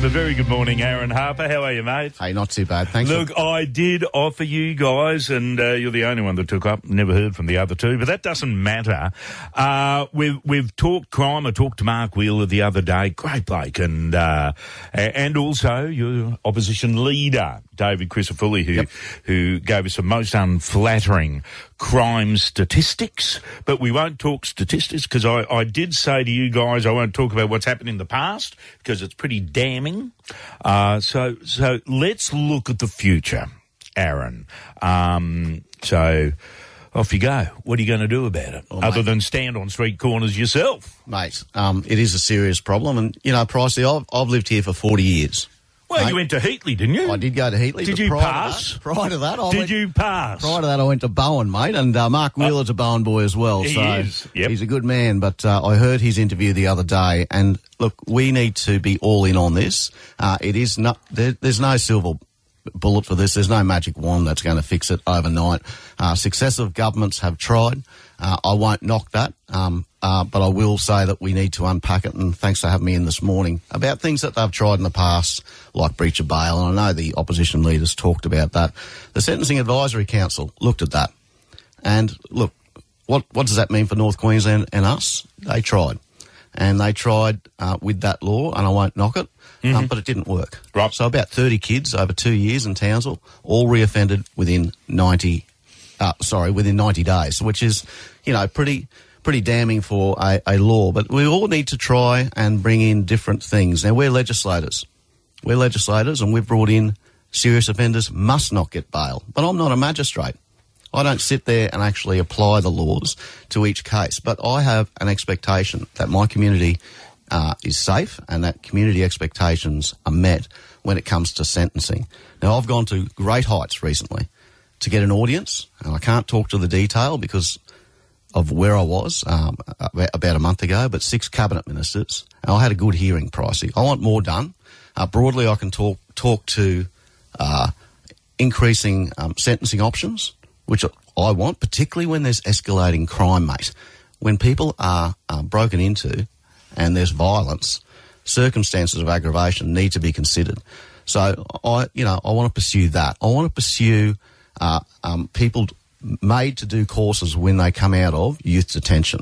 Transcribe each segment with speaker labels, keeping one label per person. Speaker 1: A very good morning, Aaron Harper. How are you, mate?
Speaker 2: Hey, not too bad. Thanks.
Speaker 1: Look, I did offer you guys, and uh, you're the only one that took up. Never heard from the other two, but that doesn't matter. Uh, we've we've talked crime. I talked to Mark Wheeler the other day. Great bloke, and uh, a- and also your opposition leader David Christofouli, who who gave us the most unflattering crime statistics. But we won't talk statistics because I, I did say to you guys I won't talk about what's happened in the past because it's pretty damning. Uh, so so let's look at the future, Aaron. Um, so off you go. What are you going to do about it other than stand on street corners yourself?
Speaker 2: mate. Um, it is a serious problem, and you know, Pricey, I've, I've lived here for forty years.
Speaker 1: Well,
Speaker 2: Mate.
Speaker 1: you went to Heatley, didn't you?
Speaker 2: I did go to Heatley.
Speaker 1: Did
Speaker 2: but
Speaker 1: you
Speaker 2: prior to
Speaker 1: pass?
Speaker 2: that- prior to that, I
Speaker 1: Did
Speaker 2: went,
Speaker 1: you pass?
Speaker 2: Prior to that, I went to Bowen, mate, and uh, Mark Wheeler's a Bowen boy as well.
Speaker 1: He
Speaker 2: so
Speaker 1: is, yep.
Speaker 2: he's a good man. But uh, I heard his interview the other day, and look, we need to be all in on this. Uh, it is not there, there's no silver bullet for this. There's no magic wand that's going to fix it overnight. Uh, successive governments have tried. Uh, I won't knock that, um, uh, but I will say that we need to unpack it. And thanks for having me in this morning about things that they've tried in the past, like breach of bail. And I know the opposition leaders talked about that. The Sentencing Advisory Council looked at that. And look, what what does that mean for North Queensland and us? They tried, and they tried uh, with that law, and I won't knock it, um, but it didn't work.
Speaker 1: Right.
Speaker 2: So about thirty kids over two years in Townsville all reoffended within ninety, uh, sorry, within ninety days, which is you know pretty. Pretty damning for a, a law, but we all need to try and bring in different things. Now, we're legislators. We're legislators and we've brought in serious offenders must not get bail. But I'm not a magistrate. I don't sit there and actually apply the laws to each case. But I have an expectation that my community uh, is safe and that community expectations are met when it comes to sentencing. Now, I've gone to great heights recently to get an audience, and I can't talk to the detail because of where I was um, ab- about a month ago, but six cabinet ministers. And I had a good hearing, Pricey. I want more done. Uh, broadly, I can talk talk to uh, increasing um, sentencing options, which I want, particularly when there's escalating crime, mate. When people are uh, broken into and there's violence, circumstances of aggravation need to be considered. So I, you know, I want to pursue that. I want to pursue uh, um, people made to do courses when they come out of youth detention.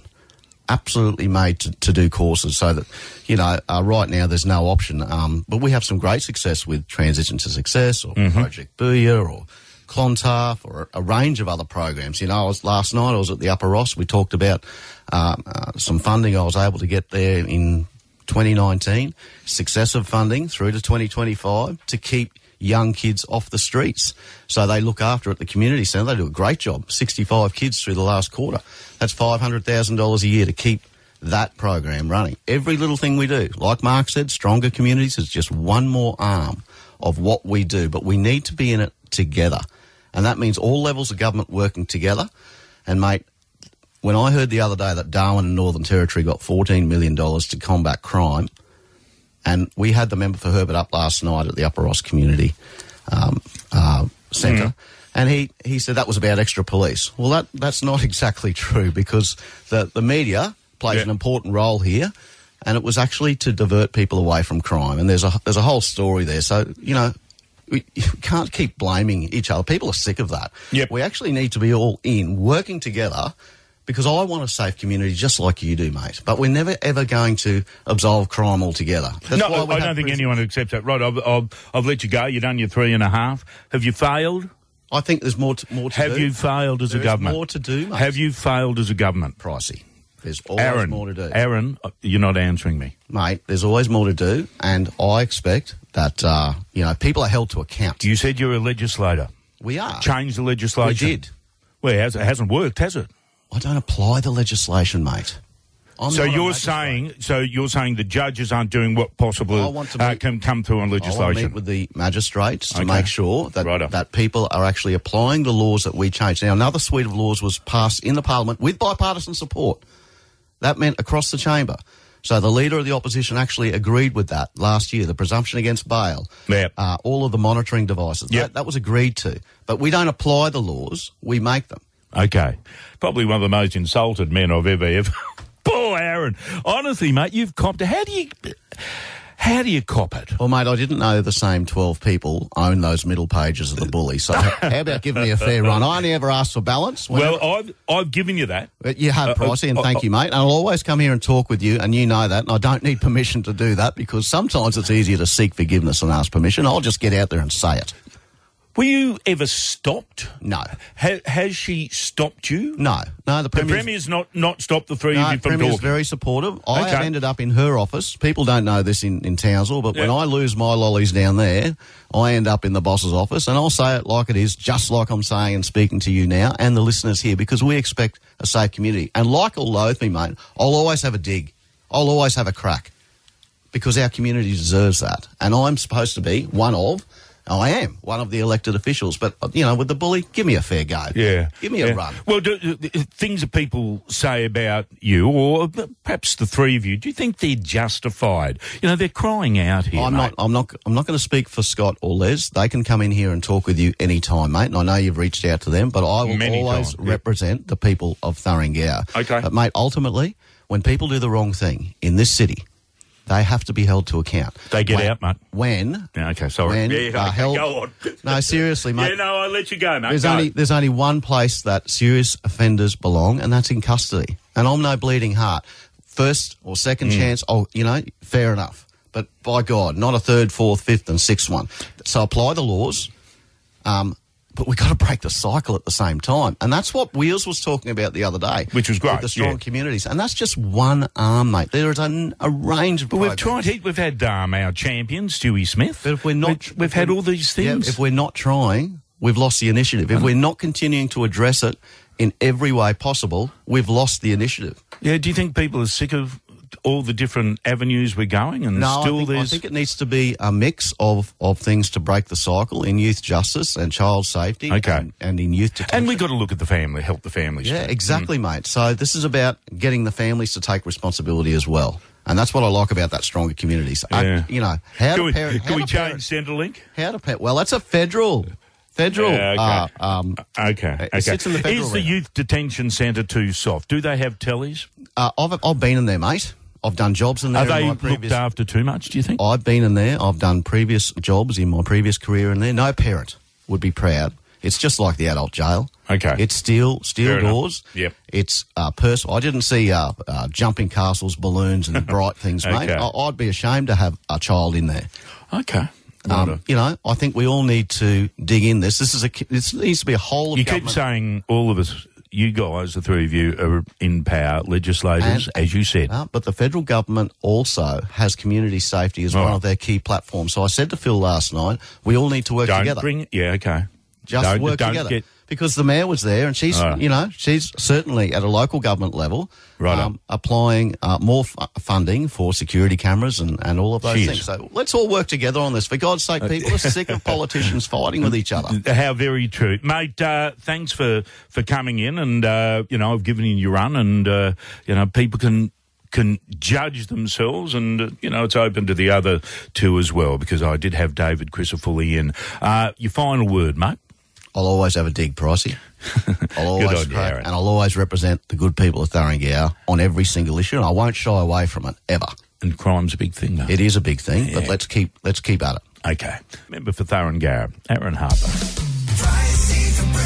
Speaker 2: Absolutely made to, to do courses so that, you know, uh, right now there's no option. Um, but we have some great success with Transition to Success or Project Booyah or Clontarf or a, a range of other programs. You know, I was last night, I was at the Upper Ross. We talked about uh, uh, some funding I was able to get there in 2019, successive funding through to 2025 to keep young kids off the streets. So they look after at the community centre. They do a great job. 65 kids through the last quarter. That's $500,000 a year to keep that program running. Every little thing we do, like Mark said, stronger communities is just one more arm of what we do, but we need to be in it together. And that means all levels of government working together. And mate, when I heard the other day that Darwin and Northern Territory got $14 million to combat crime, and we had the member for Herbert up last night at the Upper Ross Community um, uh, Centre, and he, he said that was about extra police. Well, that, that's not exactly true because the, the media plays
Speaker 1: Yeah.
Speaker 2: an important role here, and it was actually to divert people away from crime. And there's a, there's a whole story there. So, you know, we you can't keep blaming each other. People are sick of that.
Speaker 1: Yep.
Speaker 2: We actually need to be all in, working together, because I want a safe community just like you do, mate. But we're never ever going to absolve crime altogether. That's
Speaker 1: no,
Speaker 2: why we
Speaker 1: I
Speaker 2: have
Speaker 1: don't think
Speaker 2: prison-
Speaker 1: anyone accepts that. Right, I've, I've, I've let you go. You've done your three and a half. Have you failed?
Speaker 2: I think there's more to, more to
Speaker 1: Have
Speaker 2: do.
Speaker 1: you failed as a
Speaker 2: There is
Speaker 1: government?
Speaker 2: more to do, mate.
Speaker 1: Have you failed as a government?
Speaker 2: pricey? There's always
Speaker 1: Aaron,
Speaker 2: more to do,
Speaker 1: Aaron, uh, you're not answering me.
Speaker 2: mate. There's always more to do, and I expect that uh, you know people are held to account.
Speaker 1: You said you're a legislator.
Speaker 2: we are.
Speaker 1: Change the legislation.
Speaker 2: We did.
Speaker 1: Well, it, has, it hasn't worked, has it?
Speaker 2: I don't apply the legislation, mate. I'm
Speaker 1: so
Speaker 2: not a
Speaker 1: you're
Speaker 2: magistrate.
Speaker 1: saying, so you're saying the judges aren't doing what possibly
Speaker 2: I want to
Speaker 1: uh,
Speaker 2: meet-
Speaker 1: can come through on
Speaker 2: I want to meet
Speaker 1: legislation.
Speaker 2: with the magistrates to
Speaker 1: Okay.
Speaker 2: make sure that
Speaker 1: Righto.
Speaker 2: that people are actually applying the laws that we changed. Now, another suite of laws was passed in the parliament with bipartisan support. That meant across the chamber. So the leader of the opposition actually agreed with that last year. The presumption against bail,
Speaker 1: Yep.
Speaker 2: uh, all of the monitoring devices,
Speaker 1: Yep.
Speaker 2: that, that was agreed to. But we don't apply the laws; we make them.
Speaker 1: Okay, probably one of the most insulted men I've ever ever. Poor Aaron. Honestly, mate, you've copped. How do you? How do you cop it?
Speaker 2: Well, mate, I didn't know the same 12 people own those middle pages of the bully. So, how about giving me a fair run? I only ever asked for balance. when-
Speaker 1: Well, I've I've given you that.
Speaker 2: But you have, Pricey, and thank you, mate. And I'll always come here and talk with you, and you know that. And I don't need permission to do that because sometimes it's easier to seek forgiveness than ask permission. I'll just get out there and say it.
Speaker 1: Were you ever stopped?
Speaker 2: No.
Speaker 1: Ha- has she stopped you?
Speaker 2: No, no, the
Speaker 1: The
Speaker 2: Premier's,
Speaker 1: Premier's not, not stopped the three
Speaker 2: no,
Speaker 1: of you from
Speaker 2: Premier's
Speaker 1: talking.
Speaker 2: very supportive. I have
Speaker 1: Okay.
Speaker 2: ended up in her office. People don't know this in, in Townsville, but when
Speaker 1: Yeah.
Speaker 2: I lose my lollies down there, I end up in the boss's office, and I'll say it like it is, just like I'm saying and speaking to you now and the listeners here, because we expect a safe community. And like or loathe me, mate, I'll always have a dig. I'll always have a crack. because our community deserves that. And I'm supposed to be one of, I am one of the elected officials. But you know, with the bully, give me a fair go.
Speaker 1: Yeah.
Speaker 2: give me
Speaker 1: Yeah.
Speaker 2: a run.
Speaker 1: Well, do, do- do- things that people say about you, or perhaps the three of you, do you think they're justified? You know, they're crying out here.
Speaker 2: I'm
Speaker 1: mate.
Speaker 2: not. I'm not. I'm not going to speak for Scott or Les. They can come in here and talk with you any time, mate. And I know you've reached out to them, but I will
Speaker 1: Many
Speaker 2: always
Speaker 1: times, yeah.
Speaker 2: represent the people of Thuringia.
Speaker 1: Okay.
Speaker 2: but mate, ultimately, when people do the wrong thing in this city, they have to be held to account.
Speaker 1: They get
Speaker 2: when,
Speaker 1: out, mate.
Speaker 2: When?
Speaker 1: Yeah, okay, sorry.
Speaker 2: When
Speaker 1: Yeah, yeah,
Speaker 2: are
Speaker 1: okay,
Speaker 2: held,
Speaker 1: go on.
Speaker 2: No, seriously, mate.
Speaker 1: Yeah, no, I'll let you go, mate.
Speaker 2: There's
Speaker 1: Go.
Speaker 2: only there's only one place that serious offenders belong, and that's in custody. And I'm no bleeding heart. First or second
Speaker 1: Hmm.
Speaker 2: chance, oh, you know, fair enough. But by God, not a third, fourth, fifth, and sixth one. So apply the laws. Um, but we've got to break the cycle at the same time. And that's what Wheels was talking about the other day.
Speaker 1: Which was great,
Speaker 2: With the strong
Speaker 1: yeah.
Speaker 2: communities. And that's just one arm, mate. There is an, a range of
Speaker 1: But we've
Speaker 2: programs.
Speaker 1: tried. He, we've had um, our champion Stewie Smith.
Speaker 2: But if we're not,
Speaker 1: we've, we've had all these things.
Speaker 2: Yeah, if we're not trying, we've lost the initiative. If we're not continuing to address it in every way possible, we've lost the initiative.
Speaker 1: yeah. Do you think people are sick of all the different avenues we're going, and
Speaker 2: No,
Speaker 1: still
Speaker 2: I, think, I
Speaker 1: there's
Speaker 2: think it needs to be a mix of, of things to break the cycle in youth justice and child safety,
Speaker 1: Okay.
Speaker 2: and, and in youth detention.
Speaker 1: and Mm. we've got to look at the family, help the families.
Speaker 2: Yeah, exactly, mate. So this is about getting the families to take responsibility as well, and that's what I like about that stronger communities. I-
Speaker 1: Yeah.
Speaker 2: you know,
Speaker 1: Can
Speaker 2: how do
Speaker 1: we,
Speaker 2: parent-
Speaker 1: can
Speaker 2: how
Speaker 1: we
Speaker 2: do
Speaker 1: change
Speaker 2: parents-
Speaker 1: Centrelink?
Speaker 2: How to pet? Well, that's a federal, federal.
Speaker 1: Yeah, okay.
Speaker 2: uh, um,
Speaker 1: Okay.
Speaker 2: It
Speaker 1: okay.
Speaker 2: sits in the federal
Speaker 1: Is the
Speaker 2: arena.
Speaker 1: youth detention centre too soft? Do they have tellies?
Speaker 2: Uh, I've, I've been in there, mate. I've done jobs in there.
Speaker 1: Are
Speaker 2: in
Speaker 1: they
Speaker 2: my
Speaker 1: looked uh,
Speaker 2: previous, Oh.
Speaker 1: after too much? Do you think?
Speaker 2: I've been in there. I've done previous jobs in my previous career in there. No parent would be proud. It's just like the adult jail.
Speaker 1: Okay.
Speaker 2: It's steel, steel
Speaker 1: Fair enough.
Speaker 2: doors.
Speaker 1: Yep.
Speaker 2: It's uh, personal. I didn't see uh, uh, jumping castles, balloons, and bright things, mate.
Speaker 1: Okay.
Speaker 2: I- I'd be ashamed to have a child in there.
Speaker 1: Okay.
Speaker 2: Um, you know, I think we all need to dig in this. This is a. This needs to be a whole. Of
Speaker 1: you keep
Speaker 2: government.
Speaker 1: saying all of us, you guys, the three of you, are in power, legislators,
Speaker 2: And-
Speaker 1: as you said.
Speaker 2: Uh, but the federal government also has community safety as one
Speaker 1: Right.
Speaker 2: of their key platforms. So I said to Phil last night, we all need to work
Speaker 1: don't
Speaker 2: together.
Speaker 1: bring. Yeah. Okay.
Speaker 2: just
Speaker 1: don't,
Speaker 2: work
Speaker 1: don't
Speaker 2: together.
Speaker 1: Get,
Speaker 2: because the mayor was there, and she's,
Speaker 1: Alright.
Speaker 2: you know, she's certainly at a local government level, um,
Speaker 1: Right
Speaker 2: applying uh, more f- funding for security cameras and, and all of those
Speaker 1: Jeez. Uh,
Speaker 2: things. So let's all work together on this. For God's sake, people are sick of politicians fighting with each other.
Speaker 1: how very true, mate. Uh, thanks for for coming in, and uh, you know I've given you your run, and uh, you know people can can judge themselves, and uh, you know it's open to the other two as well because I did have David Crisafulli in. Uh, your final word, mate.
Speaker 2: I'll always have a dig, Pricey. I'll
Speaker 1: Good
Speaker 2: always
Speaker 1: on you,
Speaker 2: crack,
Speaker 1: Aaron.
Speaker 2: and I'll always represent the good people of Thuringia on every single issue, and I won't shy away from it ever.
Speaker 1: And crime's a big thing, though.
Speaker 2: It is a big thing, but let's keep let's keep at it.
Speaker 1: Okay. Member for Thurringara, Aaron Harper.
Speaker 3: Pricey the